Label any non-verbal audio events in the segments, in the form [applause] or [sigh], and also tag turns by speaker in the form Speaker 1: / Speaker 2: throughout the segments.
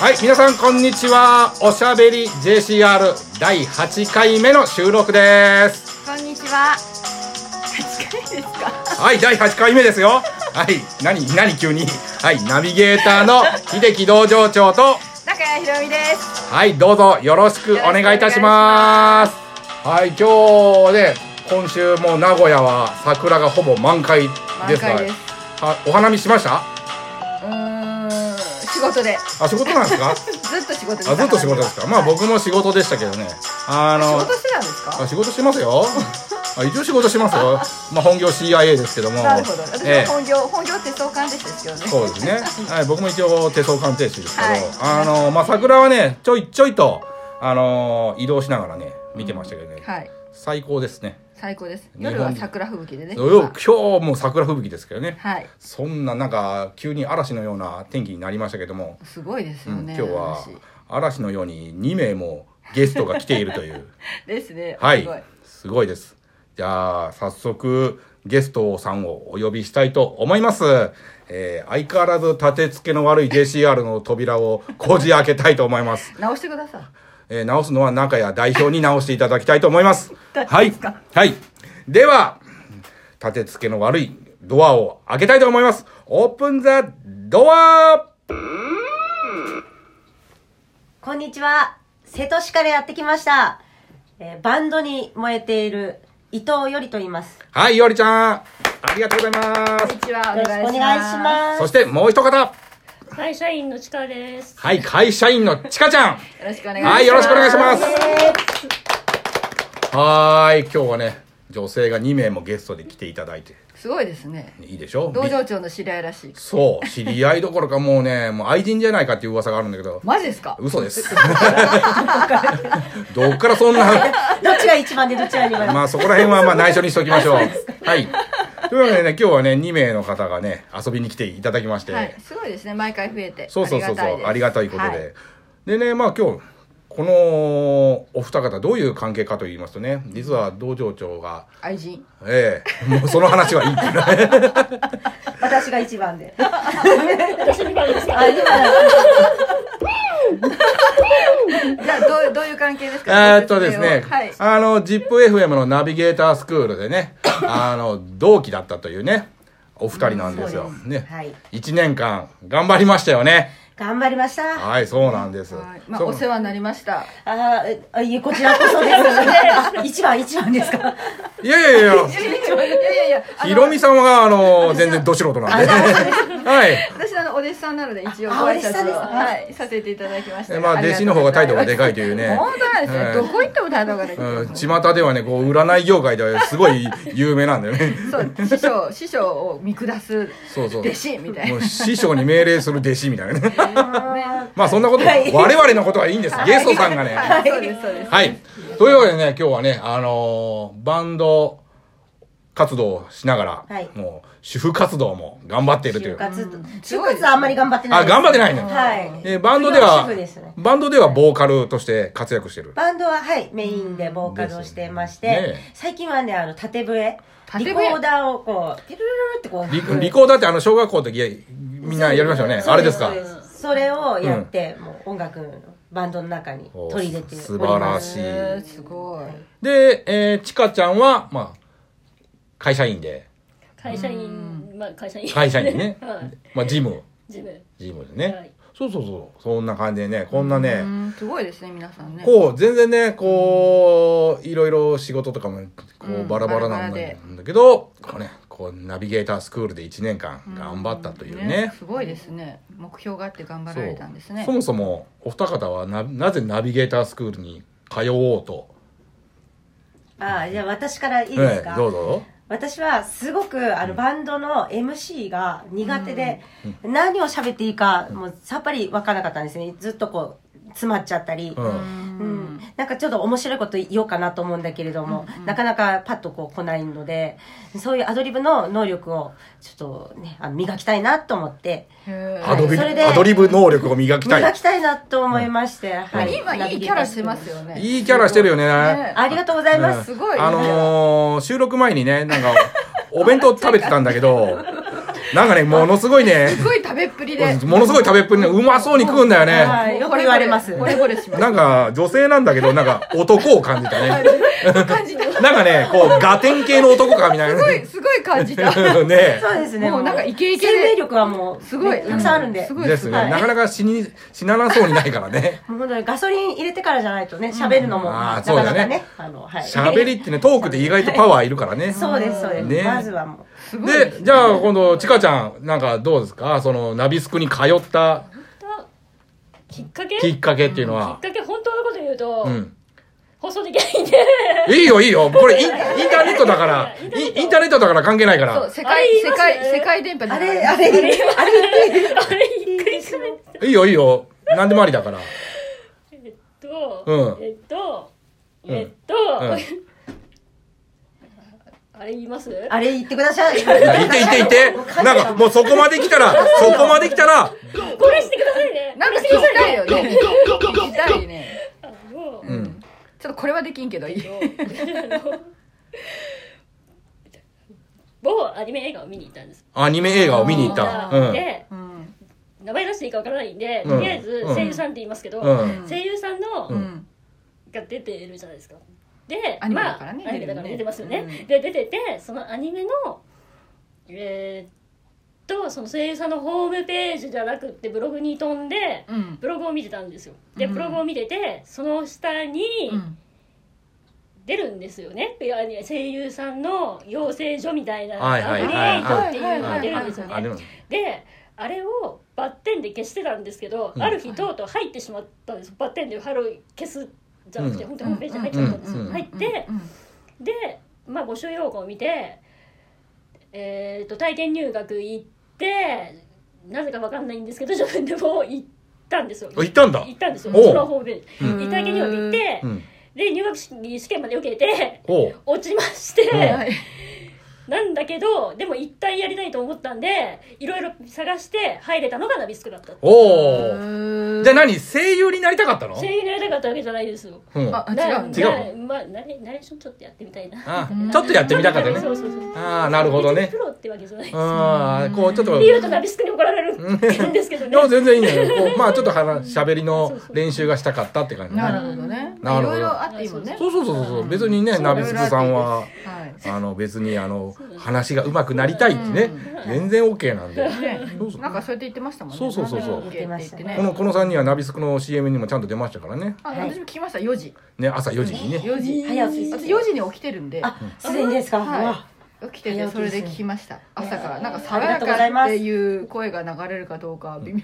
Speaker 1: はい、皆さんこんにちは。おしゃべり JCR 第8回目の収録です。
Speaker 2: こんにちは。8回ですか。
Speaker 1: はい、第8回目ですよ。はい、何、何急に。はい、ナビゲーターの秀樹道場長と、
Speaker 2: 中谷ひろみです。
Speaker 1: はい、どうぞよろしくお願いいたします。はい、今日で、今週も名古屋は桜がほぼ満開で
Speaker 2: 満
Speaker 1: すか
Speaker 2: 開
Speaker 1: ら
Speaker 2: です。。
Speaker 1: はお花見しました
Speaker 2: うーん、仕事で。
Speaker 1: あ、仕事なんですか
Speaker 2: ずっと仕事です。
Speaker 1: あ、ずっと仕事ですかまあ僕も仕事でしたけどね。あ
Speaker 2: 仕
Speaker 1: の、
Speaker 2: 事してたんです
Speaker 1: あ
Speaker 2: か。
Speaker 1: 仕事してますよ。あ一応仕事してますよ。まあ本業 CIA ですけども。
Speaker 2: なるほど。私
Speaker 1: え
Speaker 2: は本業、本業って相関でしたけどね。
Speaker 1: えそうです
Speaker 2: [laughs]
Speaker 1: ね。はい、僕も一応手相鑑定士ですけど、
Speaker 2: はい
Speaker 1: あのまあ桜はねちょいちょいとあの移動しながらね見てましたけどね、
Speaker 2: はい。
Speaker 1: 最高ですね。
Speaker 2: 最高です。
Speaker 1: 日本
Speaker 2: 夜は桜吹雪でね。
Speaker 1: よ今日も桜吹雪ですけどね。
Speaker 2: はい。
Speaker 1: そんななんか急に嵐のような天気になりましたけども、
Speaker 2: すごいです
Speaker 1: う
Speaker 2: よ
Speaker 1: ん、今
Speaker 2: ね。
Speaker 1: 日は
Speaker 2: 私
Speaker 1: 嵐のように2名もゲストが来ているという。
Speaker 2: ですね。
Speaker 1: はい
Speaker 2: すごい。
Speaker 1: すごいです。じゃあ、早速、ゲストさんをお呼びしたいと思います。えー相変わらず立て付けの悪い JCR の扉をこじ開けたいと思います。
Speaker 2: 直してください。
Speaker 1: えー直すのは中谷代表に直していただきたいと思います。は
Speaker 2: 大丈夫で
Speaker 1: い
Speaker 2: すか。
Speaker 1: はい。では、立て付けの悪いドアを開けたいと思います。オープンザドア
Speaker 3: こんにちは。瀬戸市からやってきました。えーバンドに燃えている伊藤よりと言います。
Speaker 1: はい、よりちゃん。ありがとうございま
Speaker 2: こん
Speaker 1: す
Speaker 2: に。ちは。
Speaker 3: よろしくお願いします
Speaker 1: そ
Speaker 3: す。
Speaker 1: して、もう一方。
Speaker 4: 会社員のちかです。
Speaker 1: はい、会社員のちかちゃん。
Speaker 2: す。よろしくお願いします。
Speaker 1: はい、よろしくお願いします。
Speaker 3: え
Speaker 1: はーい、今日はね、女性が2名もゲストで来ていただいて、
Speaker 2: すごいですね。
Speaker 1: いいでしょ
Speaker 2: 道場
Speaker 1: び
Speaker 2: 長の知り合いらしい。
Speaker 1: そう、知り合いどころかもうね、 [laughs] もう愛人じゃないかっていう噂があるんだけど、
Speaker 2: マジですか。
Speaker 1: 嘘 [laughs] です。どっからそんな、
Speaker 3: ーどっちが一番でどっちが二番
Speaker 1: まあそこら辺はまあ内緒にしときましょう。はい。というわけでね、今日はね、2名の方がね、遊びに来ていただきまして、
Speaker 2: はい、すごいですね。毎回増えて。
Speaker 1: そうそうそうそう、ありがたいことで。
Speaker 2: はい
Speaker 1: でね、まあ今日、このお二方どういう関係かと言いますとね、実は道場長が、
Speaker 2: 愛人。
Speaker 1: ええ、もうその話はいいっていうね。
Speaker 3: 私が一番で。
Speaker 4: 私みたいですか。
Speaker 2: じゃあ、どう、 [laughs] どういう関係です
Speaker 1: え
Speaker 2: か。
Speaker 1: ーっとですね、
Speaker 2: はい。
Speaker 1: あの、ZIPFM のナビゲータースクールでね、あの、同期だったというね、お二人なんですよ。
Speaker 3: そうですは
Speaker 1: ね
Speaker 3: い。
Speaker 1: 一年間、頑張りましたよね。
Speaker 3: 頑張りました。あ
Speaker 1: はい、そうなんです。
Speaker 2: はいまあ、
Speaker 1: そう
Speaker 2: お世話になりま
Speaker 1: [laughs]
Speaker 2: した。
Speaker 3: ーえあ、いえ、こちらこそです。一番、一番ですか。
Speaker 1: いやいや
Speaker 2: い
Speaker 1: いや、
Speaker 2: やいやいや、あの
Speaker 1: ひろみさんは、あの、全然ど素人なんで。はい。
Speaker 2: 私のあのお弟子さんなので、一応ご
Speaker 3: あお
Speaker 2: 挨
Speaker 3: 弟子さん
Speaker 2: 拶
Speaker 3: で
Speaker 2: を、
Speaker 3: すね
Speaker 2: はい、させていただきました
Speaker 1: え
Speaker 2: が。
Speaker 1: まあ、
Speaker 2: りがと
Speaker 1: 弟子
Speaker 2: う
Speaker 1: の方が態度がで
Speaker 2: ござ
Speaker 1: かいという
Speaker 2: ます
Speaker 1: ね。
Speaker 2: 本当なんです
Speaker 1: はい
Speaker 2: ね。どこ行っても態度がでかい。
Speaker 1: うん巷ではね、こう、占い業界ではすごい有名なんだよ
Speaker 3: [laughs]
Speaker 1: ね。
Speaker 2: そう、師匠、師匠を見下す。
Speaker 1: そうそう。
Speaker 2: 弟子みたい
Speaker 1: も
Speaker 2: な。
Speaker 1: う師匠に命令する弟子みたいなね。
Speaker 3: [laughs]
Speaker 2: ね
Speaker 1: まあそんなこと、
Speaker 3: はい
Speaker 1: 我々のことはいいんです。ゲストさんがね。
Speaker 2: はい、そうです、そうです。
Speaker 1: はい。というわけでね、今日はね、あのーバンド活動をしながら、
Speaker 3: はい
Speaker 1: もう主婦活動も頑張っているとい
Speaker 3: 就
Speaker 1: う。
Speaker 3: 活、就活はあんまり頑張ってない
Speaker 1: あ、
Speaker 3: です。
Speaker 1: 頑張ってないね。
Speaker 3: はい。
Speaker 1: えーバンドでは
Speaker 3: 主婦ですね
Speaker 1: バンドではボーカルとして活躍してる。
Speaker 3: バンドは、はい、メインでボーカルをしてまして、
Speaker 1: ですよね
Speaker 3: 最近はね、あの、縦笛。
Speaker 2: 縦笛
Speaker 3: リコーダーをこう、てるるるってこう。
Speaker 1: リリコーダーってあの小学校の時みんなやりましたよね。
Speaker 3: そう
Speaker 1: あれですか。
Speaker 3: そうそれをやって、もう音楽のバンドの中に
Speaker 1: お
Speaker 3: 取り入れております
Speaker 1: 素晴らしい
Speaker 2: えーすごい。
Speaker 1: で、えー、ちかちゃんは、まあ、会社員で、
Speaker 4: 会社員、まあ会社員。。
Speaker 1: 会社員ね
Speaker 4: [laughs] はい。
Speaker 1: まあ、ジム、
Speaker 4: 自分。
Speaker 1: ジムでね。
Speaker 4: はい
Speaker 1: そうそうそう。そんな感じでね、こんなね、
Speaker 2: うんすごいですね、皆さんね。
Speaker 1: こう、全然ね、こう、いろいろ仕事とかも、こ
Speaker 2: う
Speaker 1: う、
Speaker 2: ん
Speaker 1: バラバラなん
Speaker 2: バラバラで
Speaker 1: だけど、こうね、こう、ナビゲータースクールで1年間頑張ったというね。
Speaker 2: すごいですね。目標があって頑張
Speaker 1: そ
Speaker 2: られ
Speaker 1: う
Speaker 2: たんですね。
Speaker 1: そもそも、お二方はな、なぜナビゲータースクールに通おうと。
Speaker 3: ああじゃあ私からいいですか、
Speaker 1: ええどうぞ。
Speaker 3: 私はすごくあのバンドの MC が苦手で、何を喋っていいかもうさっぱり分からなかったんですねずっとこう詰まっちゃったり、
Speaker 1: う
Speaker 3: うんんなんかちょっと面白いこと言おうかなと思うんだけれども、なかなかパッとこう来ないのでそういうアドリブの能力をちょっとねあの磨きたいなと思って
Speaker 2: へー
Speaker 1: アドリブ、
Speaker 3: それで
Speaker 1: アドリブ能力を磨きた
Speaker 3: 磨
Speaker 1: い
Speaker 3: き。たいなと思いまして、はい
Speaker 2: 今いいキャラしてますよね。
Speaker 1: いいキャラしてるよね。
Speaker 2: ね
Speaker 3: ありがとうございます、
Speaker 2: すごい
Speaker 1: あのー
Speaker 2: [laughs]
Speaker 1: 収録前にね、なんか、お弁当食べてたんだけど、なんかね、ものすごいね、
Speaker 2: すごい食べっぷりで。
Speaker 1: ものすごい食べっぷりね、うまそうに食うんだよね。
Speaker 3: はいよく言われます
Speaker 2: 惚れ惚れします。
Speaker 1: なんか、女性なんだけど、なんか、男を感じたね。
Speaker 2: 感じた。す
Speaker 1: [laughs] なんかね、こう、ガテン系の男か、みたいな
Speaker 2: ごい、すごい感じ
Speaker 1: [laughs]
Speaker 2: た。
Speaker 1: ね。ね
Speaker 3: そうですね
Speaker 2: もうなんかイケイケで
Speaker 3: 生命力はもう
Speaker 2: すごい
Speaker 3: ねたくさんあるんで、
Speaker 2: すごい
Speaker 1: ですね。
Speaker 3: はい
Speaker 1: なかなか死に、死ななそうにないからね。
Speaker 3: もう本当にガソリン入れてからじゃないとね喋るのも、
Speaker 1: うんあ
Speaker 3: な
Speaker 1: ーそ
Speaker 3: か
Speaker 1: うだ
Speaker 3: な
Speaker 1: ね
Speaker 3: かねあのはい
Speaker 1: 喋りってね、トークで意外とパワーいるからね。
Speaker 3: そうですそうです、
Speaker 1: ね
Speaker 3: まずはも
Speaker 2: すごい
Speaker 1: で、じゃあ、今度、ちかちゃん、なんかどうですかその、ナビスクに通った
Speaker 4: きっかけ
Speaker 1: き
Speaker 4: きっ
Speaker 1: っかけっていうのは
Speaker 4: か。け本当のこと言うと、
Speaker 1: うん。
Speaker 4: 放送できないんで
Speaker 1: いいよ、いいよ。これイン、インターネットだ
Speaker 4: [laughs]
Speaker 1: から、イインターネットだから関係ないか
Speaker 2: そう、
Speaker 1: ら。
Speaker 2: 世
Speaker 4: あ
Speaker 2: 界、
Speaker 4: れ言い
Speaker 2: 世
Speaker 4: ます
Speaker 2: 界、世界電波
Speaker 3: う
Speaker 2: で
Speaker 3: あ
Speaker 2: 流れ
Speaker 3: れ
Speaker 2: る
Speaker 3: あれあれ
Speaker 4: あれびっくりしたね
Speaker 1: いいよ、いいよ。何でもありだから。
Speaker 4: えっと、 [laughs]
Speaker 1: うん
Speaker 4: えっと、
Speaker 1: うん
Speaker 4: えっと、
Speaker 1: ん
Speaker 4: あれ言います
Speaker 3: あれ言ってください
Speaker 1: いやいて、いて、い
Speaker 4: [laughs]
Speaker 1: て。なんか、もうそこまで来たら、そこまで来たら、
Speaker 4: これしてくださいね
Speaker 2: なんか聞き
Speaker 4: これしてくだ
Speaker 2: た
Speaker 4: さ
Speaker 2: いよね。聞きたいね。
Speaker 4: あ [laughs] の
Speaker 1: う
Speaker 2: うんん。ちょっとこれはできんけどいい。
Speaker 4: 某アニメ映画を見に行ったんです
Speaker 1: アニメ映画を見に行った。うん。
Speaker 4: で
Speaker 2: うん。
Speaker 4: 名前出していいかわからないんで、
Speaker 1: うん
Speaker 4: とりあえず声優さんって言いますけど、
Speaker 1: うん。
Speaker 4: 声優さんの、
Speaker 1: うん
Speaker 4: が出てるじゃないですかで
Speaker 2: アニメだからね
Speaker 4: まあ、アニメだから
Speaker 2: 出てる
Speaker 4: 出て
Speaker 2: ね
Speaker 4: ますよね、
Speaker 2: うん
Speaker 4: で出ててそのアニメのえーっとその声優さんのホームページじゃなくってブログに飛んで
Speaker 2: うん。
Speaker 4: ブログを見てたんですよで
Speaker 2: うん
Speaker 4: ブログを見ててその下に
Speaker 2: うん。
Speaker 4: 出るんですよね、いや声優さんの養成所みたいな
Speaker 1: はいはいはい
Speaker 4: アップデートっていうのが出るんですよね、
Speaker 1: あ、でも、
Speaker 4: であれをバッテンで消してたんですけど、
Speaker 1: うん
Speaker 4: ある日とうとう入ってしまったんですバッテンでハロー消すじゃなくて、
Speaker 1: うん
Speaker 4: 本当にホームページに入っちゃったんですよ、
Speaker 1: うんうん
Speaker 4: 入って、で、まあ、募集要項を見て、えー、と体験入学行ってなぜかわかんないんですけど自分でも行ったんですよ
Speaker 1: あ行ったんだ
Speaker 4: 行ったんですよ
Speaker 1: おう
Speaker 4: そのホームページ、
Speaker 1: うん
Speaker 4: で体験入学行って、
Speaker 1: うん。
Speaker 4: で入学式試験まで受けて
Speaker 1: おう。
Speaker 4: 落ちまして、
Speaker 1: うん
Speaker 2: はい。
Speaker 4: なんだけどでも一旦やりたいと思ったんでいろいろ探して入れたのがナビスクだった
Speaker 1: おう。
Speaker 2: う
Speaker 1: じゃあ何声優になりたかったの
Speaker 4: 声優になりたかったわけじゃないですよ
Speaker 1: うん。
Speaker 2: あ
Speaker 1: あ、
Speaker 2: 違うんだ
Speaker 1: 違う
Speaker 4: ななまあナレナレーションちょっとやってみたいな
Speaker 1: ちょっとやってみたかった
Speaker 4: そ
Speaker 1: ね
Speaker 4: う。そうそう
Speaker 1: ああ、なるほどね
Speaker 4: 別にプ。ロってわけじゃない
Speaker 1: うん。こう、ちょっと。
Speaker 4: 理由とナビスクに怒られるんですけど
Speaker 1: でも
Speaker 4: ね
Speaker 1: 全然いいんだよ。こうまあちょっと話しゃべりの練習がしたかったって感じね。
Speaker 2: なるほどね。い
Speaker 1: なるほ
Speaker 2: ろ
Speaker 1: ど
Speaker 2: いろあっていいもんね。
Speaker 1: そうそうそうそう。別にね、ナビスクさんは、
Speaker 2: はい。
Speaker 1: あの別にあの話が上手くなりたいってね
Speaker 2: う、
Speaker 1: 全然 OK なんで。
Speaker 2: ね
Speaker 1: そうそう
Speaker 2: なんかそうやって言ってましたもんね。
Speaker 1: そうそうそうそう
Speaker 2: なんでも OK って言ってね
Speaker 1: この、この3人はナビスクの CM にもちゃんと出ましたからね。
Speaker 2: あ、私も聞きました。4時。
Speaker 1: ね、朝4時にね。
Speaker 2: 4時。
Speaker 3: 早起き
Speaker 2: 私4時に起きてるんで。
Speaker 3: あすでにですか、
Speaker 2: はいう
Speaker 3: わ
Speaker 2: 起きててそれで聞きました朝からなんか爽
Speaker 3: あり
Speaker 2: や
Speaker 3: がとうござい
Speaker 2: か
Speaker 3: ま
Speaker 2: って
Speaker 3: す
Speaker 2: いう声が流れるかどうかは微妙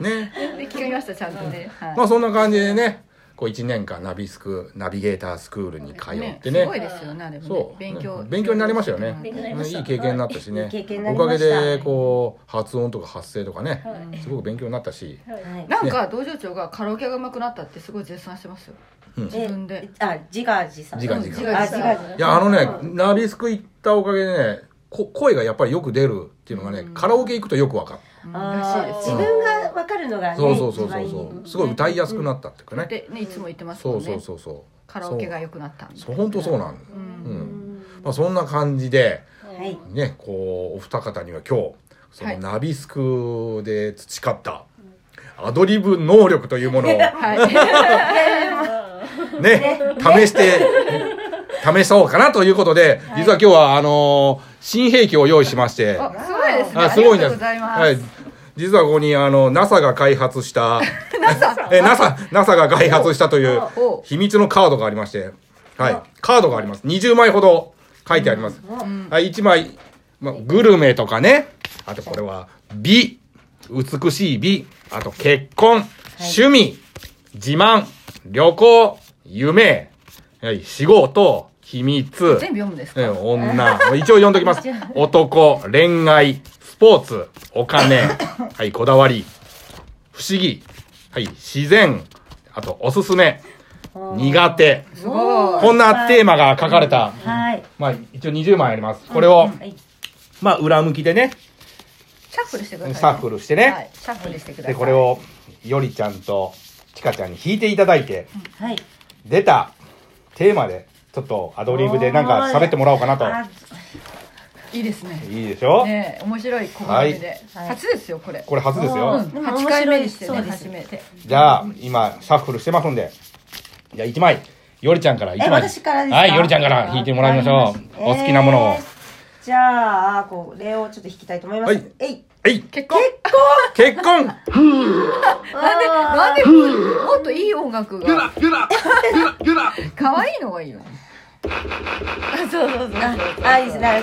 Speaker 1: ね。
Speaker 2: で聞きましたちゃんとね、はい
Speaker 1: まあそんな感じでね、こう1年間ナビスク、ナビゲータースクールに通って
Speaker 2: すごい
Speaker 1: ね。
Speaker 2: ですよねあれもね
Speaker 1: そう。
Speaker 2: 勉強
Speaker 1: ね勉強になりましたよね。
Speaker 4: 勉強になり
Speaker 1: ね
Speaker 4: ました
Speaker 1: いい経験になったし
Speaker 3: い
Speaker 1: ね
Speaker 3: い。経験にな
Speaker 1: お
Speaker 3: り
Speaker 1: か
Speaker 3: ま
Speaker 1: げ
Speaker 3: した
Speaker 1: で、こう、発音とか発声とかね、すごく勉強になったし。
Speaker 4: はいはい
Speaker 3: はい
Speaker 2: なんか道場長がカラオケが上手くなったってすごい絶賛してますよ
Speaker 1: うん
Speaker 2: 自分で
Speaker 3: あ自画自賛
Speaker 1: 自画自
Speaker 2: 賛
Speaker 3: あ自画自賛
Speaker 1: いや、あのね、ナビスク行ったおかげでね、こ声がやっぱりよく出るっていうのがね、カラオケ行くとよくわかる。
Speaker 2: うん
Speaker 3: あ
Speaker 2: らしい
Speaker 3: ー
Speaker 2: です
Speaker 3: 自
Speaker 2: よ
Speaker 3: 分が分かるのがね
Speaker 1: そうそうそうそう
Speaker 3: 一
Speaker 1: そ。
Speaker 3: 番いう
Speaker 1: すごい歌いやすくなったっていうかね。
Speaker 2: でねいつも言ってますもん
Speaker 1: そ
Speaker 2: ね
Speaker 1: うそうそうそう。
Speaker 2: カラオケが良くなったんで
Speaker 1: そう。本当そうなんだ。
Speaker 2: うん
Speaker 1: うん。まあそんな感じで
Speaker 3: いはい
Speaker 1: ね、こうお二方には今日そ
Speaker 2: は
Speaker 1: の
Speaker 2: い
Speaker 1: ナビスクで培ったアドリブ能力というものをね [laughs]
Speaker 2: はい
Speaker 1: 試して試そうかなということで、実は今日はあのー新兵器を用意しまして。
Speaker 2: あすごいですね
Speaker 1: あ
Speaker 2: あ
Speaker 1: す
Speaker 2: り
Speaker 1: ご
Speaker 2: が
Speaker 1: いん
Speaker 2: と
Speaker 1: で
Speaker 2: う
Speaker 1: す。
Speaker 2: ございます、
Speaker 1: はい。実はここにあの NASA が開
Speaker 2: [laughs]
Speaker 1: 発した、NASA え NASA NASA が開発したという
Speaker 2: おお
Speaker 1: 秘密のカードがありまして、はい、カードがあります。20枚ほど書いてあります。はい、1枚、ま、グルメとかね、あとこれは美、美しい美、あと結婚、趣味、自慢、旅行、夢、はい、仕事、秘密、
Speaker 2: 全部読むんですか、
Speaker 1: えー女。一応読んどきます。男、恋愛、スポーツ、お金、はい、こだわり、不思議、はい、自然、あと、おすすめ、苦手。
Speaker 2: すごい
Speaker 1: こんなテーマが書かれた、
Speaker 3: [laughs] はい
Speaker 1: まあ、一応20枚あります。これを、
Speaker 3: はい
Speaker 1: まあ、裏向きでね、
Speaker 2: シャッフルしてください、ね、
Speaker 1: シャッフルしてね
Speaker 2: はい、シャッフルしてください
Speaker 1: で、これを、よりちゃんと、ちかちゃんに弾いていただいて、
Speaker 3: はい
Speaker 1: 出たテーマで、ちょっとアドリブでなんか喋ってもらおうかなと。
Speaker 3: あ
Speaker 5: いいですね
Speaker 1: いいでしょ、
Speaker 5: ねえ面白い試みで、
Speaker 3: はい
Speaker 5: 初ですよこれ
Speaker 1: これ初です
Speaker 3: う
Speaker 1: よ
Speaker 3: ん。でも面白い
Speaker 5: 8回目にして
Speaker 3: そ
Speaker 5: ね
Speaker 3: うです
Speaker 5: 初めて
Speaker 1: じゃあ、今、シャッフルしてますんで。じゃあ、1枚。よりちゃんから1枚。
Speaker 3: え私からですか
Speaker 1: はい、よりちゃんから引いてもらいまし
Speaker 5: わ
Speaker 1: ょ
Speaker 5: かり
Speaker 1: う。お好きなものを。
Speaker 3: えーじゃあこれをちょっと引きたいと思います、
Speaker 1: はい
Speaker 3: えい
Speaker 1: はい、
Speaker 5: 結婚
Speaker 1: 結婚
Speaker 5: なんでなんでもっといい音楽が可愛いのがいいよ
Speaker 4: そうそうそう
Speaker 3: あいいですね
Speaker 5: はい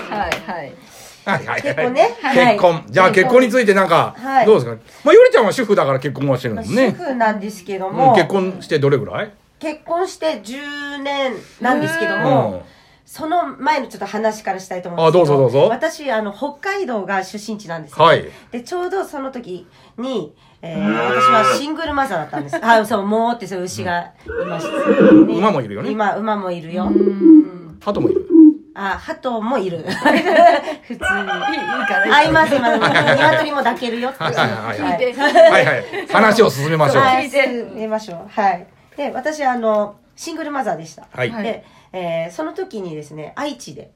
Speaker 5: はい
Speaker 1: はいはいはい
Speaker 3: 結婚ねはい
Speaker 1: 結婚。じゃあ、結婚についてなんか
Speaker 3: は、い
Speaker 1: どうですかまあ、よりちゃんは主婦だから結婚はしてるもん
Speaker 3: 主
Speaker 1: ね。
Speaker 3: 婦なんですけど
Speaker 1: う
Speaker 3: も、
Speaker 1: ん、結婚してどれぐらい
Speaker 3: 結婚して10年なんですけど
Speaker 1: うん
Speaker 3: も、その前のちょっと話からしたいと思うんですけど
Speaker 1: あどうぞどうぞ
Speaker 3: 私あの北海道が出身地なんですよ
Speaker 1: はい。
Speaker 3: でちょうどその時に、えー私はシングルマザーだったんですあそうもうってそういう牛がいました、ね
Speaker 1: 馬もいるよね
Speaker 3: 今馬もいるよ
Speaker 1: 鳩もいる。
Speaker 3: あ鳩もいる
Speaker 1: [laughs]
Speaker 3: 普通に
Speaker 5: いいいいからいいから
Speaker 3: あいます今鶏も抱けるよって
Speaker 1: はいはい
Speaker 5: 聞いて
Speaker 1: はいはい。話を進めましょう。
Speaker 3: は
Speaker 5: 聞い
Speaker 3: い、
Speaker 5: て
Speaker 3: 進めましょう。はい。で、私、あの、シングルマザーでした。
Speaker 1: はい
Speaker 3: で、えーその時にですね、愛知で、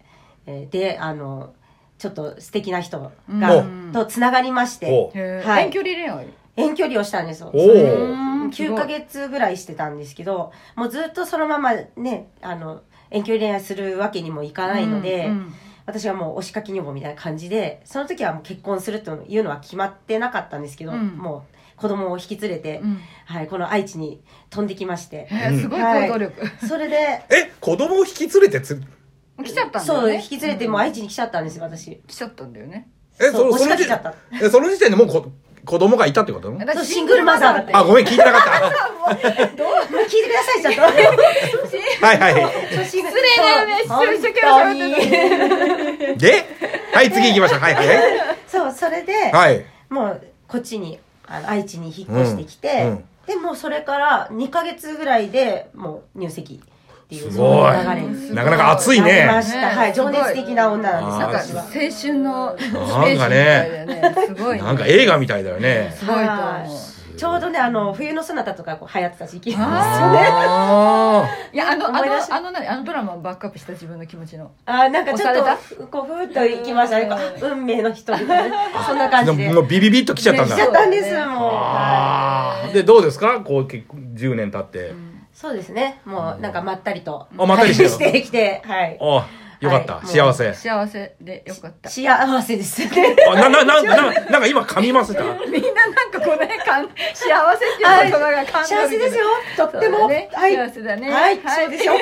Speaker 3: えーで、あの、ちょっと素敵な人
Speaker 1: う
Speaker 3: が
Speaker 1: ん、
Speaker 3: とつながりまして
Speaker 1: ほ、
Speaker 5: へえ
Speaker 3: はい
Speaker 5: 遠距離恋愛
Speaker 3: 遠距離をしたんですよ。
Speaker 1: お
Speaker 3: それ
Speaker 1: ー
Speaker 5: うんすご
Speaker 3: 9
Speaker 5: い
Speaker 3: ヶ月ぐらいしてたんですけど、もうずっとそのままね、あの、遠距離恋愛するわけにもいかないので、
Speaker 5: うんうん
Speaker 3: 私はもう押しかけ女房みたいな感じでその時はもう結婚するというのは決まってなかったんですけど、
Speaker 5: うん
Speaker 3: もう子供を引き連れて、
Speaker 5: うん
Speaker 3: はい、この愛知に飛んできま
Speaker 5: [laughs]
Speaker 3: して
Speaker 5: へえすごい行動力、
Speaker 3: それで
Speaker 1: え、子供を引き連れてつ、
Speaker 5: 来ちゃったんだよ
Speaker 3: そう
Speaker 5: ね
Speaker 3: 引き連れてもう愛知に来ちゃったんです私
Speaker 5: 来ちゃったんだよね
Speaker 1: え、
Speaker 3: そう
Speaker 1: その
Speaker 3: 押し
Speaker 1: 時
Speaker 3: かけちゃっ
Speaker 1: え、その時点でもうこ子供がいたってこと
Speaker 5: 私
Speaker 3: シングルマザーだって
Speaker 1: あ、ごめん、聞いてなかった。
Speaker 3: どう聞いてくださいちょっ
Speaker 1: はいは [laughs]
Speaker 3: と失礼
Speaker 5: 失礼だよね一生懸命喋ってたのに
Speaker 1: い。で、はい、次行きましょう。はいはい。
Speaker 3: そうそれで、
Speaker 1: はい。
Speaker 3: もうこっちにあの愛知に引っ越してきて、
Speaker 1: うんうん
Speaker 3: でもうそれから2ヶ月ぐらいでもう入籍っていう
Speaker 1: す
Speaker 3: そう
Speaker 1: ご
Speaker 3: う流れに
Speaker 1: い。なかなか熱い
Speaker 3: なりま
Speaker 1: ね。
Speaker 3: した、
Speaker 5: ね
Speaker 3: はい
Speaker 5: すご
Speaker 3: 情
Speaker 5: い
Speaker 3: 熱的な女
Speaker 5: なん
Speaker 3: な
Speaker 5: か
Speaker 3: んで
Speaker 5: 青
Speaker 3: す私は
Speaker 5: 春のステ
Speaker 1: なん
Speaker 5: ージみ
Speaker 1: か
Speaker 5: たい
Speaker 1: ね
Speaker 5: だよね。すごいね。
Speaker 1: なんか映画みたいだよね。
Speaker 5: すごいと
Speaker 3: は
Speaker 5: 思う。
Speaker 3: いちょうどねあの冬のそなたとかこう流行ってた時期あ
Speaker 1: あ
Speaker 5: いやあのあ
Speaker 3: 思い出
Speaker 5: の
Speaker 3: した
Speaker 5: あの何あのドラマをバックアップした自分の気持ちの。
Speaker 3: ーなんかちょ
Speaker 5: 押さ
Speaker 3: っとこうふーっと行きましたねこう運命の人みたいなそんな
Speaker 1: あ。
Speaker 3: 感
Speaker 1: で
Speaker 3: じ
Speaker 1: も
Speaker 3: で
Speaker 1: もうビビビッと来ちゃったん
Speaker 3: し
Speaker 1: だ
Speaker 3: ち。ゃったんです
Speaker 5: ね
Speaker 3: もうはい
Speaker 1: ああ。で、どうですかこう、結婚10年経って。
Speaker 3: そうですねもうなんかまったりと
Speaker 1: あまったりしてる
Speaker 3: してきてはい
Speaker 1: あよかった。
Speaker 3: はい
Speaker 1: 幸せ。
Speaker 5: 幸せでよかった。
Speaker 3: 幸せです
Speaker 5: [laughs]
Speaker 1: あ、な、な、な、な、なんか今噛みました。
Speaker 5: みんななんかこのねかん幸せっていう言葉が感動
Speaker 3: 幸せです
Speaker 5: [laughs]
Speaker 3: よとっても、
Speaker 5: ね、
Speaker 3: はい
Speaker 5: 幸せだね。
Speaker 3: はい、そうでしょ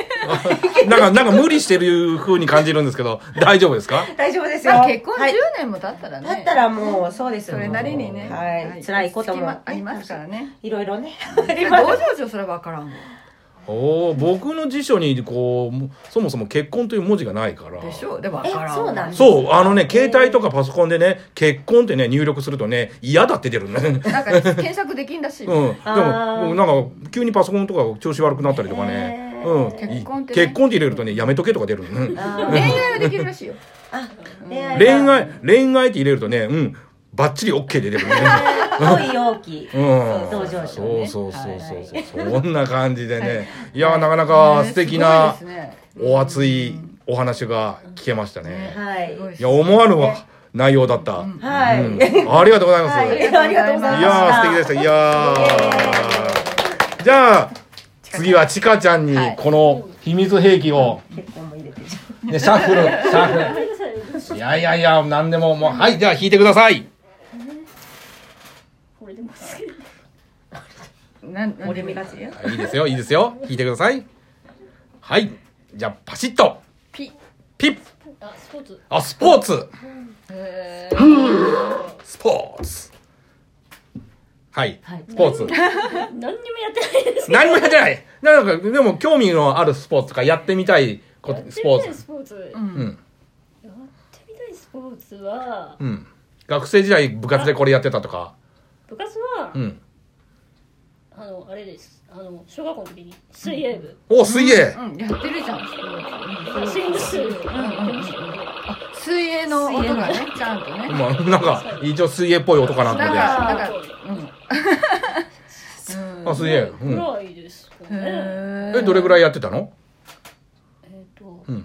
Speaker 1: なんか、なんか無理してる風に感じるんですけど、大丈夫ですか
Speaker 3: 大丈夫ですよ
Speaker 5: まあ結婚
Speaker 3: はい
Speaker 5: 10年も経ったらね。
Speaker 3: だったらもうそうです
Speaker 5: それなりにね。
Speaker 3: はい辛いことも
Speaker 5: 隙間ありますから
Speaker 3: [laughs]
Speaker 5: ね。
Speaker 3: いろいろね
Speaker 5: 同情状それは分からんわ。
Speaker 1: おお僕の辞書にこうもそもそも結婚という文字がないから
Speaker 5: でしょう。でも分
Speaker 3: え
Speaker 5: からんわ。
Speaker 3: そうなんです
Speaker 1: そうあのね携帯とかパソコンでね結婚ってね入力するとね嫌だって出るんだね
Speaker 5: なんか検索できんだしい。
Speaker 1: うん、でも
Speaker 3: あー
Speaker 1: もうなんか急にパソコンとか調子悪くなったりとかね、
Speaker 3: へー
Speaker 1: うん、
Speaker 5: 結婚ってね
Speaker 1: 結婚って入れるとねやめとけとか出るのね
Speaker 3: あ
Speaker 5: 恋愛はできるらしいよ。
Speaker 3: ー恋愛
Speaker 1: 恋愛恋愛って入れるとねうんバッチリ OK で出るのね
Speaker 3: 恋容器
Speaker 1: うん、
Speaker 3: 同情者
Speaker 1: そう
Speaker 3: ね
Speaker 1: そうそう
Speaker 3: は
Speaker 1: そう
Speaker 3: い
Speaker 1: そう、そんな感じでね、い、やーなかなか素敵な
Speaker 5: すごいですね
Speaker 1: お熱いお話が聞けましたね。
Speaker 3: はい
Speaker 5: すごいです
Speaker 1: いや、思わぬわ内容だった。うん
Speaker 3: はい、
Speaker 1: ありがとうございます。
Speaker 3: はい
Speaker 1: いや
Speaker 3: [laughs] ありがとうございました
Speaker 1: ー、素敵でした。いやー。じゃあ、次はちかちゃんに
Speaker 5: はい
Speaker 1: この秘密兵器を、
Speaker 3: 結婚も入れて
Speaker 1: ね、シャッフル、シャッフル。いやいやいや、なんでも、もう、はい、じゃあ弾いてください。
Speaker 4: これでも好き
Speaker 5: なんなんでもいい
Speaker 3: ちよ
Speaker 1: いいですよ、いいですよ。弾いてください。はい。じゃあ、パシッと。
Speaker 4: ピ
Speaker 1: ピッ。
Speaker 4: あスポーツ
Speaker 1: あ、スポーツ。
Speaker 5: へ
Speaker 1: スポーツ。はい
Speaker 3: はい。
Speaker 1: スポーツ。
Speaker 4: 何にもやってないです
Speaker 1: 何もやってないなんかでも興味のあるスポーツとかやってみたいことスポー
Speaker 4: やってみたい
Speaker 1: ツ
Speaker 4: スポーツ
Speaker 5: う
Speaker 4: やっ
Speaker 1: うんん
Speaker 4: てみたいスポーツは
Speaker 1: うん学生時代部活でこれやってたとか
Speaker 4: 部活は
Speaker 1: うん
Speaker 4: あのあれですあの小学校の時に水泳部
Speaker 1: お水泳
Speaker 5: うんやってるじゃん
Speaker 4: スイングス部あ
Speaker 5: 水泳の音がねちゃんとね
Speaker 1: まあなんか一応水泳っぽい音かなと思
Speaker 5: なんか
Speaker 1: っ
Speaker 5: なんか
Speaker 4: そう
Speaker 1: てあ水泳う
Speaker 4: ぐ
Speaker 1: ん
Speaker 4: らいですかね
Speaker 5: え
Speaker 1: えどれぐらいやってたの
Speaker 4: えっと
Speaker 1: うん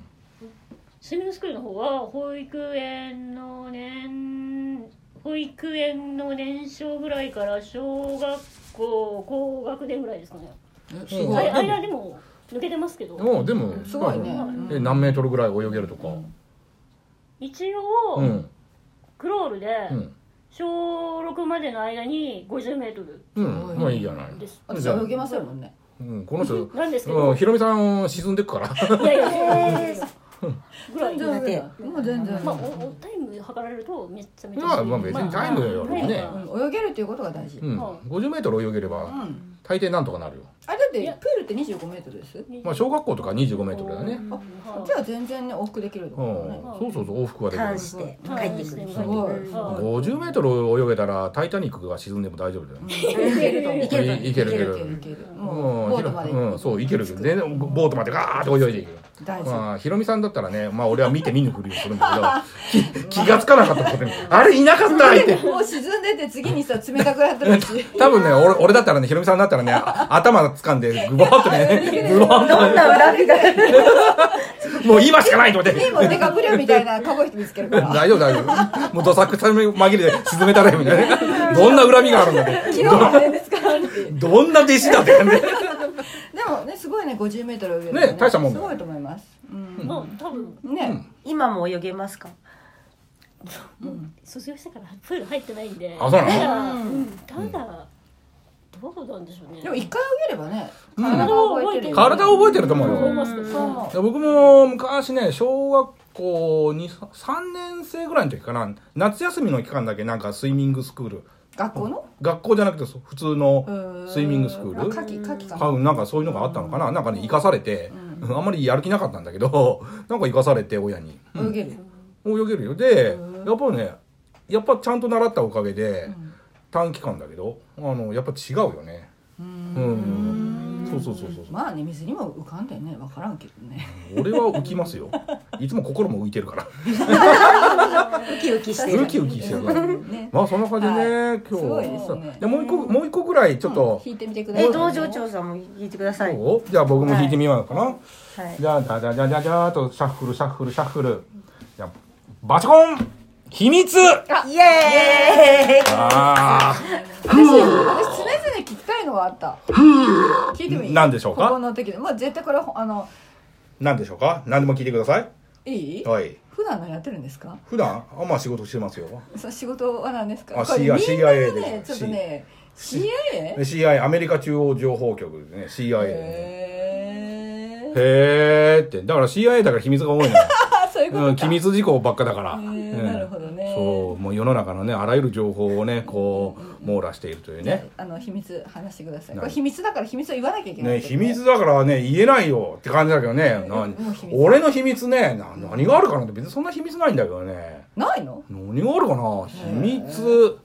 Speaker 4: すスイミングスクールの方は保育園の年保育園の年少ぐらいから小学校高学年ぐらいですかね
Speaker 5: えすごい
Speaker 1: は
Speaker 4: あ間でも抜けてますけど
Speaker 1: もうでも
Speaker 5: すごいね、
Speaker 1: え何メートルぐらい泳げるとか
Speaker 4: 一
Speaker 1: う
Speaker 4: 応
Speaker 1: ん
Speaker 4: クロールで
Speaker 1: うん
Speaker 4: 小6までの間に5 0ル
Speaker 1: うんまあいいじゃない
Speaker 4: です
Speaker 5: 私は泳げませんもんね
Speaker 1: うんこの人
Speaker 4: なんですけ
Speaker 1: う
Speaker 4: ど
Speaker 1: んひろみさん沈んでくから
Speaker 4: いやいやいやぐらい
Speaker 5: [laughs]
Speaker 4: で
Speaker 5: 全然もう全然、
Speaker 4: まあおおタイム測られるとめっちゃめちゃ
Speaker 1: まあまあ別にタイムよりもね
Speaker 4: ま
Speaker 5: う
Speaker 4: あ
Speaker 5: ん、泳げるということが大事、
Speaker 1: うん
Speaker 4: はい
Speaker 1: 50メートル泳げれば
Speaker 5: うん
Speaker 1: 大抵なんとかなるよ
Speaker 5: あれだってプールって25メートルです
Speaker 1: まあ小学校とか25メートルだね
Speaker 4: うんはい
Speaker 5: じゃあ全然ね往復できると
Speaker 1: う
Speaker 5: 思うね
Speaker 1: んそうそうそう往復はでき
Speaker 3: ター
Speaker 1: る
Speaker 3: ンして
Speaker 4: うん
Speaker 3: 帰ってくる
Speaker 4: うん
Speaker 5: すごい、
Speaker 4: うん
Speaker 5: は
Speaker 1: 50メートル泳げたらタイタニックが沈んでも大丈夫だよ
Speaker 5: いけると思う
Speaker 3: いける
Speaker 1: いいけるいける
Speaker 5: いけるいけるもう
Speaker 1: も
Speaker 5: ボ
Speaker 1: う
Speaker 5: ートまで
Speaker 1: うんそういけるけど全然ボートまでガーッと泳いでいく
Speaker 5: 大事
Speaker 1: まあ、ひろみさんだったらね、まあ、俺は見て見ぬふりをするんだけど、気気がつかなかったことに、あれいなかったって。
Speaker 5: もう沈んでて次にさ冷たくなって
Speaker 1: [laughs]
Speaker 5: るし
Speaker 1: 多分ね、俺、俺だったらね、ひろみさんだったらね、あ頭掴んで、ぐぼーっとね、ぐぼーっと
Speaker 3: どんな裏手が
Speaker 1: ね、もう今しかないと思って。
Speaker 5: 今デカプリオみたいなかっこいい人見つける
Speaker 1: [laughs]
Speaker 5: から
Speaker 1: 大丈夫、大丈夫。もうどさくさめ紛れて沈めたらよみたいな。どんな恨みがあるんだって。
Speaker 5: 昨日も全然使われて
Speaker 1: どんな弟子だって感じ。
Speaker 5: でもねすごいね50メートル上
Speaker 1: ね大したもんだ
Speaker 5: すごいと思いますうん
Speaker 4: まあ多分
Speaker 5: ね
Speaker 3: 今も泳げますか
Speaker 4: 卒業してからプール入ってないんで
Speaker 1: あそうなの
Speaker 4: ただ、うんただどうなんでしょうね
Speaker 5: でも一回泳げればね
Speaker 1: うん
Speaker 5: 体を覚えてる
Speaker 1: 体を覚えてると思うよ。
Speaker 4: 思いますけど
Speaker 5: そう
Speaker 1: いや僕も昔ね小学校にさ3年生ぐらいの時かな夏休みの期間だけなんかスイミングスクール
Speaker 5: 学校の
Speaker 1: 学校じゃなくてそ普通の
Speaker 5: うん
Speaker 1: スイミングスクール
Speaker 5: あ夏季夏季か
Speaker 1: か
Speaker 5: な
Speaker 1: うんなんかそういうのがあったのかななんかね生かされて、あんまりやる気なかったんだけど [laughs] なんか生かされて親に、うん
Speaker 5: 泳げる
Speaker 1: 泳げるよで
Speaker 5: うん
Speaker 1: やっぱりねやっぱちゃんと習ったおかげで、
Speaker 5: ん
Speaker 1: 短期間だけどあのやっぱ違うよね
Speaker 5: う
Speaker 1: うんそうそうそうそう
Speaker 5: まあね水にも浮かんでね分からんけどね
Speaker 1: 俺は浮きますよいつも心も浮いてるから
Speaker 3: ウキウキして
Speaker 1: ウ
Speaker 3: る
Speaker 1: キウキしてるから
Speaker 5: ね
Speaker 1: まあそんな感じでね、今
Speaker 5: すごい
Speaker 1: 日
Speaker 5: ですね
Speaker 1: もう一個もう一個ぐらいちょっと、
Speaker 5: 引いてみてください
Speaker 3: え道場長さんも聞いてくださいは
Speaker 1: どうじゃあ僕も弾いてみようかな、
Speaker 3: い
Speaker 1: じゃあじゃあじゃあじゃあじゃあじゃあとシャッフルシャッフルシャッフルじゃあバチコン秘密
Speaker 3: イエー
Speaker 1: あ
Speaker 5: 私私常々聞きたいのはあった聞いてもいい
Speaker 1: 何でしょうか
Speaker 5: ここの時でまあ絶対これあの
Speaker 1: ーなんでしょうか何でも聞いてください
Speaker 5: いい
Speaker 1: はい
Speaker 5: 普段のやってるんですか
Speaker 1: 普段あまあ仕事してますよ
Speaker 5: そう仕事は何ですか
Speaker 1: あ
Speaker 5: これ
Speaker 1: CIA
Speaker 5: みんなね
Speaker 1: です
Speaker 5: ちょっとね CIA?
Speaker 1: CIA アメリカ中央情報局ですね CIA ね
Speaker 5: へー
Speaker 1: へーってだから CIA だから秘密が多いのよ、
Speaker 5: あそういうことか
Speaker 1: うん、機密事項ばっかだから、
Speaker 5: へーなるほどね
Speaker 1: そうもう世の中のねあらゆる情報をねこう網羅しているというね
Speaker 5: あの秘密話してくださいこ
Speaker 1: は
Speaker 5: れ
Speaker 1: い
Speaker 5: 秘密だから秘密を言わなきゃいけない
Speaker 1: ね
Speaker 5: ってこ
Speaker 1: 秘
Speaker 5: と
Speaker 1: 密だからね言えないよって感じだけどねな
Speaker 5: もう秘密
Speaker 1: 俺の秘密ねな何があるかなって別にそんな秘密ないんだけどね
Speaker 5: ないの
Speaker 1: 何があるかな秘密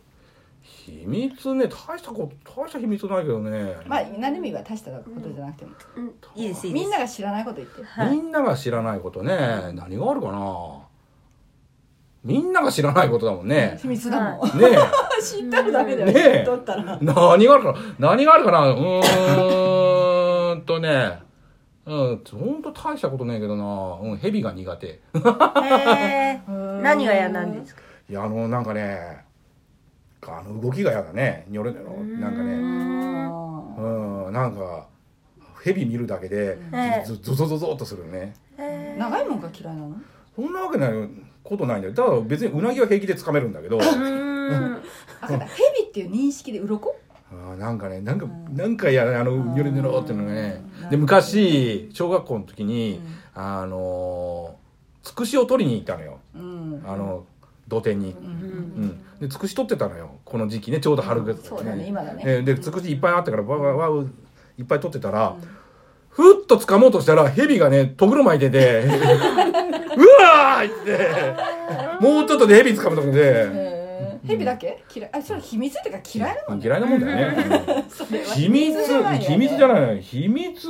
Speaker 1: 秘密ね大したこと大した秘密ないけどね、
Speaker 5: まあ何でもいいわ大したことじゃなくても
Speaker 3: イうんいいですいいで
Speaker 5: みん
Speaker 3: す
Speaker 5: なが知らないこと言って
Speaker 1: みんなが知らないことね何があるかなみんなが知らないことだもんね
Speaker 5: 秘密だもん、
Speaker 1: ねえ
Speaker 5: [laughs] 知ったらダメだよ、
Speaker 1: ねえ
Speaker 5: 取ったら
Speaker 1: 何があるかな何があるかなうーんとね。うん、ほんと大したことないけどな。うん、蛇が苦手。
Speaker 3: へー何が嫌なんですか
Speaker 1: いや、あの、なんかね、あの動きが嫌だね。にょろにょろ。なんか
Speaker 3: う
Speaker 1: ね。
Speaker 3: ーん
Speaker 1: うん、なんか、蛇見るだけで
Speaker 3: ええ、
Speaker 1: ゾゾゾゾゾっとするね。
Speaker 3: え
Speaker 5: 長いもんが嫌いなの
Speaker 1: そんなわけないことないんだよ。だから別にうなぎは平気で掴めるんだけど、
Speaker 3: ーうーん
Speaker 5: あそうだ蛇っていう認識で鱗
Speaker 1: あーなんかね、なんか、なんかやだねあの、にょろにょろっていうのがね。で、昔、小学校の時に、あのー、つくしを取りに行ったのよ。
Speaker 5: うん
Speaker 1: あの土手に、
Speaker 5: うん
Speaker 1: うんでつくし取ってたのよこの時期ねちょうど春ぐらい
Speaker 5: そうだね今だね
Speaker 1: えーでつくしいっぱいあったからわわわわいっぱい取ってたら、ふっと掴もうとしたら蛇がねとぐろ巻いてて [laughs] うわーってもうちょっとで蛇掴むとこで
Speaker 5: へー蛇だけ嫌いあそれ秘密っていうか嫌いなもんね
Speaker 1: 嫌いなもんだよね
Speaker 5: それは
Speaker 1: 秘密
Speaker 5: じゃないよね
Speaker 1: 秘密じゃないのよ秘密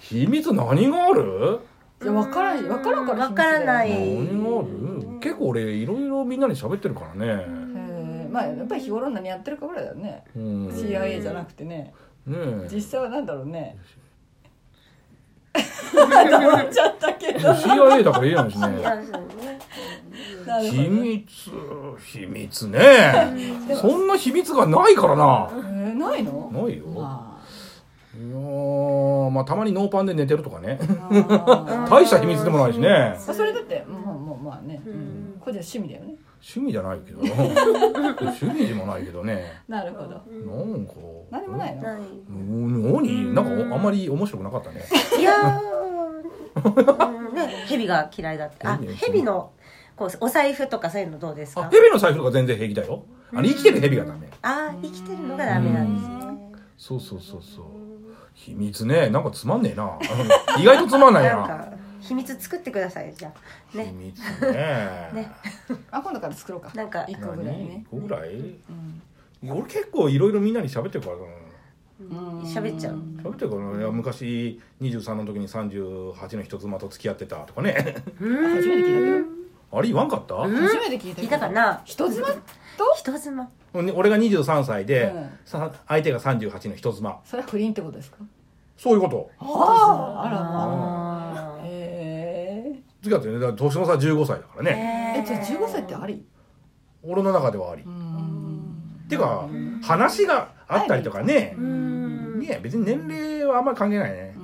Speaker 1: 秘密何がある
Speaker 5: いや分からん分からんから
Speaker 3: わからな
Speaker 5: 秘密だよね
Speaker 3: い
Speaker 1: 何がある結構俺いろいろみんなに喋ってるからね、
Speaker 5: へーまあやっぱり日頃何やってるかぐらいだよね
Speaker 1: うん、ね
Speaker 5: CIA じゃなくてね
Speaker 1: え
Speaker 5: 実際はなんだろうねっちゃったけど
Speaker 1: CIA だからいいやんですね。
Speaker 5: なるほ
Speaker 1: 秘
Speaker 5: どね
Speaker 1: 密、秘密ね。そんな秘密がないからな。
Speaker 5: えーないの
Speaker 1: ないよ。いや
Speaker 5: あ
Speaker 1: ーまあたまにノーパンで寝てるとかね。
Speaker 5: ー
Speaker 1: [laughs]
Speaker 5: あ
Speaker 1: 大した秘密でもないしね。
Speaker 5: ーそれだってまあまあまあね、
Speaker 4: ん
Speaker 5: これじゃ趣味だよね
Speaker 1: 趣味じゃないけど。趣味でもないけどね。
Speaker 5: なるほど
Speaker 1: なんか。
Speaker 5: 何もないの
Speaker 4: ない
Speaker 1: うん何なんかあんまり面白くなかったね。
Speaker 3: いやー、うんね、蛇が嫌いだって。あ、蛇の、こう、お財布とかそういうのどうです
Speaker 1: あ
Speaker 3: か、
Speaker 1: ヘビの財布とか全然平気だよ。あれ生きてるヘビがダメ。
Speaker 3: あー、生きてるのがダメなんですね。
Speaker 1: そうそうそうそう。秘密ね。なんかつまんねえな。意外とつまんない
Speaker 3: なん
Speaker 1: な。
Speaker 3: か、秘密作ってください、じゃあ。
Speaker 1: 秘
Speaker 3: ね。
Speaker 1: 密ね
Speaker 3: ね。
Speaker 5: あ今度から作ろうか
Speaker 3: なんか
Speaker 5: 一個ぐらいね
Speaker 1: 何ぐらい、俺結構いろいろみんなに喋ってるからな
Speaker 3: 喋っちゃう。
Speaker 1: 喋ってるからな、いや昔23の時に38の人妻と付き合ってたとかね [laughs]
Speaker 5: 初めて聞い
Speaker 1: あれ言わんかった、
Speaker 5: た初めて聞いた
Speaker 3: 聞いたかな
Speaker 5: 人妻と
Speaker 3: 人妻。
Speaker 1: 俺が23歳で、
Speaker 5: うん
Speaker 1: さ相手が38の人妻
Speaker 5: それは不倫ってことですか
Speaker 1: そういうこと
Speaker 5: あああらまあ
Speaker 3: あー
Speaker 5: え
Speaker 1: 付き合ってねだから年の差15歳だからね、
Speaker 5: ー
Speaker 3: え
Speaker 5: えじゃあ15歳ってあり
Speaker 1: 俺の中ではあり、
Speaker 5: うん
Speaker 1: てか、話があったりとかね、
Speaker 3: うん。
Speaker 1: ね別に年齢はあんまり関係ないね、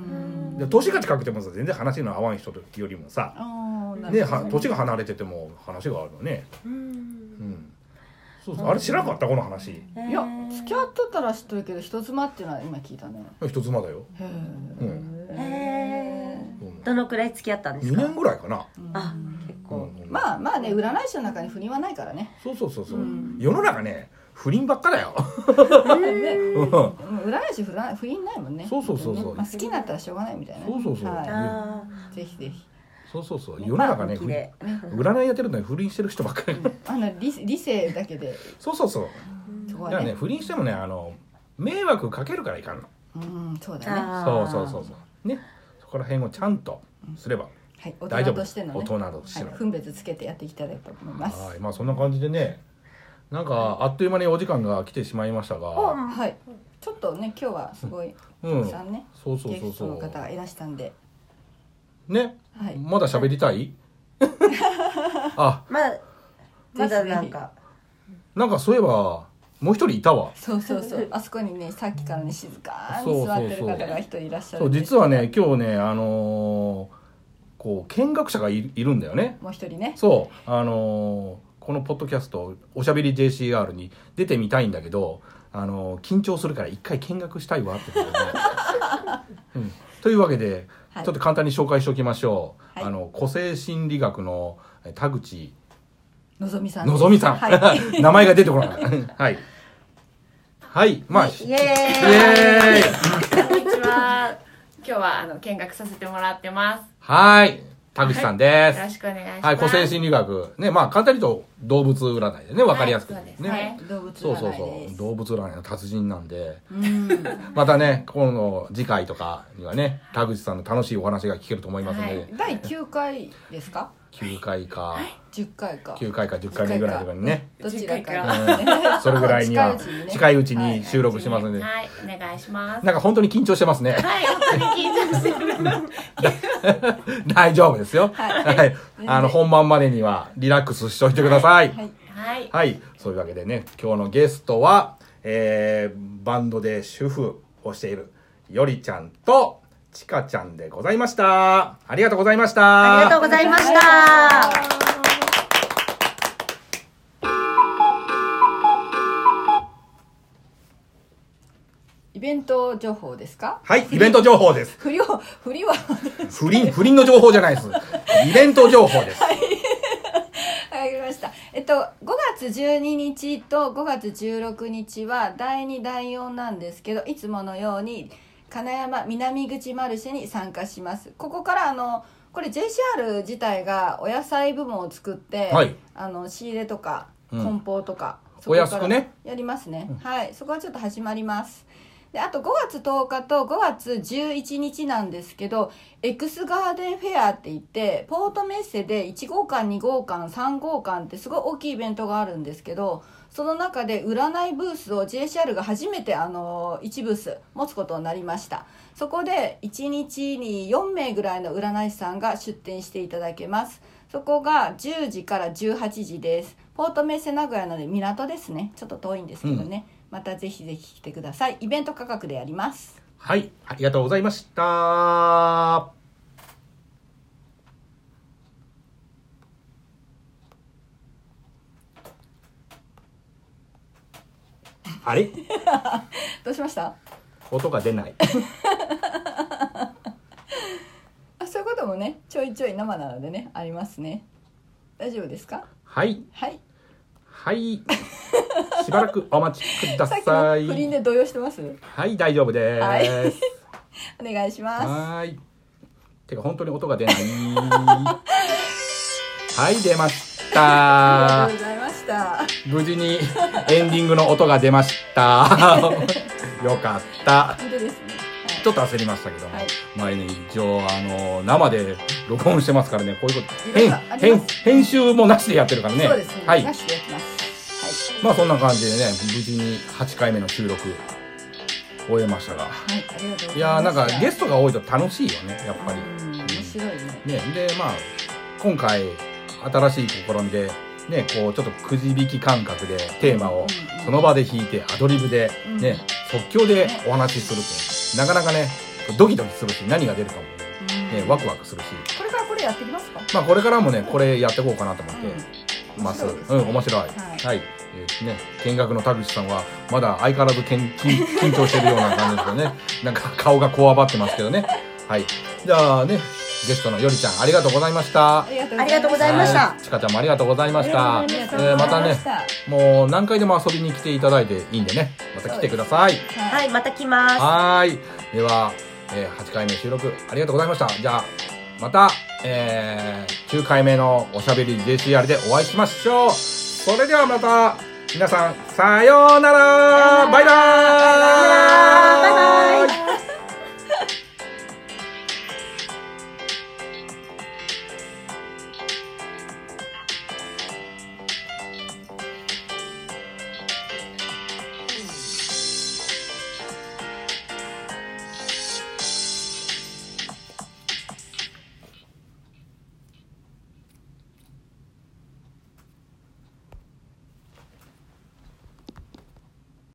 Speaker 1: で年が近くてもさ全然話の合わん人よりもさ、
Speaker 5: ああな
Speaker 1: ね、
Speaker 5: る
Speaker 1: は
Speaker 5: ほど
Speaker 1: 年が離れてても話があるのね。うん。そうそう、あれ知らなかったこの話。
Speaker 5: いや付き合ってたら知ってるけど人妻っていうのは今聞いたね
Speaker 1: 一妻だよ。
Speaker 5: へえ
Speaker 1: うん。
Speaker 3: へー
Speaker 1: うん
Speaker 3: どのくらい付き合ったんです
Speaker 1: 二
Speaker 3: か
Speaker 1: 年ぐらいかな。
Speaker 3: あ、結構。
Speaker 1: うん
Speaker 5: まあまあね占い師の中に不倫はないからね
Speaker 1: そうそうそうそう。世の中ね、不倫ばっかだよ。
Speaker 5: ね
Speaker 1: うんそう
Speaker 5: うん占い師不倫不倫ないもんね
Speaker 1: そうそうそうそう
Speaker 5: まあ、好きになったらしょうがないみたいなね
Speaker 1: そうそうそう
Speaker 5: は
Speaker 3: あ
Speaker 5: い、ぜひぜひ
Speaker 1: そうそうそう。
Speaker 3: ー
Speaker 1: 世の中ね、
Speaker 3: まあ
Speaker 1: 不
Speaker 3: 本気
Speaker 1: 倫
Speaker 3: で
Speaker 1: 占いやってるのに不倫してる人ばっかり。
Speaker 5: あの理理性だけで
Speaker 1: そうそうそう。
Speaker 5: そこ
Speaker 1: だか
Speaker 5: は
Speaker 1: ら
Speaker 5: ね
Speaker 1: ね、不倫してもね、あの迷惑かけるからいかんの。
Speaker 5: うんそうだね
Speaker 3: あ
Speaker 1: そう
Speaker 3: ー
Speaker 1: そうそうそう。ね、そこら辺をちゃんとすれば
Speaker 5: はい大
Speaker 1: 大丈
Speaker 5: 人
Speaker 1: 夫。
Speaker 5: としてのね
Speaker 1: 大人として
Speaker 5: は
Speaker 1: の
Speaker 5: い、。分別つけてやっていきたいと思います
Speaker 1: はい、まあそんな感じでね、なんかあっという間にお時間が来てしまいましたが、
Speaker 5: はいちょっとね今日はすごい
Speaker 1: うん、
Speaker 5: たくさんね
Speaker 1: そうそう
Speaker 5: ゲ
Speaker 1: そう
Speaker 5: ストの
Speaker 1: そ
Speaker 5: 方がいらしたんで
Speaker 1: う。ね、
Speaker 5: はい
Speaker 1: まだ喋りたい？ [laughs] あ、
Speaker 3: まあ、まだなんか。
Speaker 1: なんかそういえばもう一人いたわ。
Speaker 5: そうそうそうあそこにねさっきからね静かに座ってる方が一人いらっしゃ
Speaker 1: そ
Speaker 5: る
Speaker 1: うん
Speaker 5: です
Speaker 1: 実はね今日ねあのーこう見学者がいいるんだよね。
Speaker 5: もう一人ね
Speaker 1: そうあのーこのポッドキャスト「おしゃべり JCR」に出てみたいんだけど、あのー緊張するから一回見学したいわって [laughs] ことで、うん、というわけで、
Speaker 5: はい
Speaker 1: ちょっと簡単に紹介しておきましょう、
Speaker 5: はい
Speaker 1: あの個性心理学のえ田口
Speaker 5: のぞみさん
Speaker 1: のぞみさん、 [laughs]
Speaker 5: はい
Speaker 1: 名前が出てこなかった [laughs] はいはいまあ、
Speaker 3: イ
Speaker 1: イ
Speaker 3: エーイ
Speaker 1: エーイ
Speaker 6: こんにちは。今日はあの見学させてもらってま。
Speaker 1: はい田口さんです
Speaker 6: よろ
Speaker 1: す
Speaker 6: しくお願いします。
Speaker 1: はい、個性心理学ねまあ簡単に言うと動物占いでね分かりやすく、
Speaker 6: はいそうですね
Speaker 5: 動物
Speaker 1: そうそう
Speaker 5: 占い
Speaker 1: そ
Speaker 5: で
Speaker 1: う
Speaker 5: す
Speaker 1: 動物占いの達人なんで
Speaker 5: うん
Speaker 1: [laughs] またね今度次回とかにはね田口さんの楽しいお話が聞けると思いますので、
Speaker 6: はい
Speaker 5: 第9回ですか
Speaker 1: 9回か
Speaker 5: 10回か
Speaker 1: 9回か10回目ぐらいとかに
Speaker 5: [laughs]
Speaker 1: ね
Speaker 5: どちら
Speaker 6: 10
Speaker 5: か
Speaker 6: 回
Speaker 1: うんそれぐらいには
Speaker 5: 近いうちにね
Speaker 1: 近いうちに収録しますので、
Speaker 6: はい、お願いします。
Speaker 1: なんか本当に緊張してますね
Speaker 6: はい、本当に緊張してる。
Speaker 1: [laughs] 大丈夫ですよ、
Speaker 5: はい
Speaker 1: あの本番までにはリラックスしておいてください
Speaker 5: はい
Speaker 6: はい、
Speaker 1: はい、そういうわけでね、今日のゲストは、えー、バンドで主婦をしているよりちゃんとちかちゃんでございました。ありがとうございました。
Speaker 3: ありがとうございました。
Speaker 5: イベント情報ですか
Speaker 1: はい、イベント情報です。
Speaker 5: 不良不良は
Speaker 1: 不倫、不倫の情報じゃないです。イベント情報です。
Speaker 5: わかりましたえっと5月12日と5月16日は第2第4なんですけどいつものように金山南口マルシェに参加しますここからあのこれ JCR 自体がお野菜部門を作って、
Speaker 1: はい
Speaker 5: あの仕入れとか
Speaker 1: うん
Speaker 5: 梱包とか、
Speaker 1: お安くね
Speaker 5: やりますね、はいそこはちょっと始まりますであと5月10日と5月11日なんですけどエクスガーデンフェアって言ってポートメッセで1号館2号館3号館ってすごい大きいイベントがあるんですけどその中で占いブースを JCR が初めてあの1ブース持つことになりましたそこで1日に4名ぐらいの占い師さんが出店していただけますそこが10時から18時ですポートメッセ名古屋なので港ですねちょっと遠いんですけどね、またぜひぜひ来てくださいイベント価格でやります
Speaker 1: はい、ありがとうございました。あれ
Speaker 5: どうしました
Speaker 1: 音が出ない。
Speaker 5: あそういうこともねちょいちょい生なのでねありますね大丈夫ですか
Speaker 1: はい、
Speaker 5: はい
Speaker 1: はい。しばらくお待ちくだ
Speaker 5: さっき
Speaker 1: さ
Speaker 5: の不倫
Speaker 1: い。
Speaker 5: で動揺してます
Speaker 1: はい、大丈夫です。
Speaker 5: は
Speaker 1: はいーい。
Speaker 5: お願いしま
Speaker 1: てか、本当に音が出ない。はい、出ました
Speaker 5: [laughs] すありがと。うございました
Speaker 1: 無事にエンディングの音が出ま
Speaker 5: [laughs]
Speaker 1: した。よかった。
Speaker 5: 本当ですね
Speaker 1: ちょっと焦りましたけども、
Speaker 5: はい
Speaker 1: 前ね、一応、あの、生で録音してますからね、こういうこと、
Speaker 5: い
Speaker 1: 編
Speaker 5: ろいろあ、り
Speaker 1: 編
Speaker 5: ます、
Speaker 1: 編集もなしでやってるから
Speaker 5: はい、
Speaker 1: ね。
Speaker 5: そうですね、
Speaker 1: はい
Speaker 5: 出。していきます
Speaker 1: まあそんな感じでね、無事に8回目の収録、終えましたが。
Speaker 5: はい、はい、ありがとうございます
Speaker 1: いやーなんかゲストが多いと楽しいよね、やっぱり。
Speaker 5: うん面白いね
Speaker 1: ね、で、まあ、今回、新しい試みで、ね、こう、ちょっとくじ引き感覚でテーマを
Speaker 5: うんうん
Speaker 1: その場で弾いて、アドリブで、
Speaker 5: うん
Speaker 1: ね、即興でお話しすると、なかなかね、ドキドキするし、何が出るかも、
Speaker 5: うん
Speaker 1: ね、ワクワクするし、
Speaker 5: これからこれやっていきますか
Speaker 1: まあこれからもね、これやっていこうかなと思ってます。
Speaker 5: う
Speaker 1: うん
Speaker 5: 面白いですね
Speaker 1: ん、面白い。
Speaker 5: はい
Speaker 1: はい。えーね、見学の田口さんは、まだ相変わらずけん [laughs] 緊緊張してるような感じですよね。なんか顔がこわばってますけどね。はい。じゃあね、ゲストのよりちゃん、ありがとうございました
Speaker 5: あ。りがとう
Speaker 3: ありがとうございました
Speaker 1: はいちかちゃんもありがとうございました。
Speaker 4: ありが
Speaker 1: え
Speaker 4: とうござい
Speaker 1: ーまたね、
Speaker 5: は
Speaker 1: もう何回でも遊びに来ていただいていいんでね、また来てください。
Speaker 5: い
Speaker 3: はい、また来ます。
Speaker 1: はーい。では、えー8回目収録ありがとうございました。じゃあ、また、えー9回目のおしゃべり JCR でお会いしましょう。それではまた、皆さん、さようならバイバ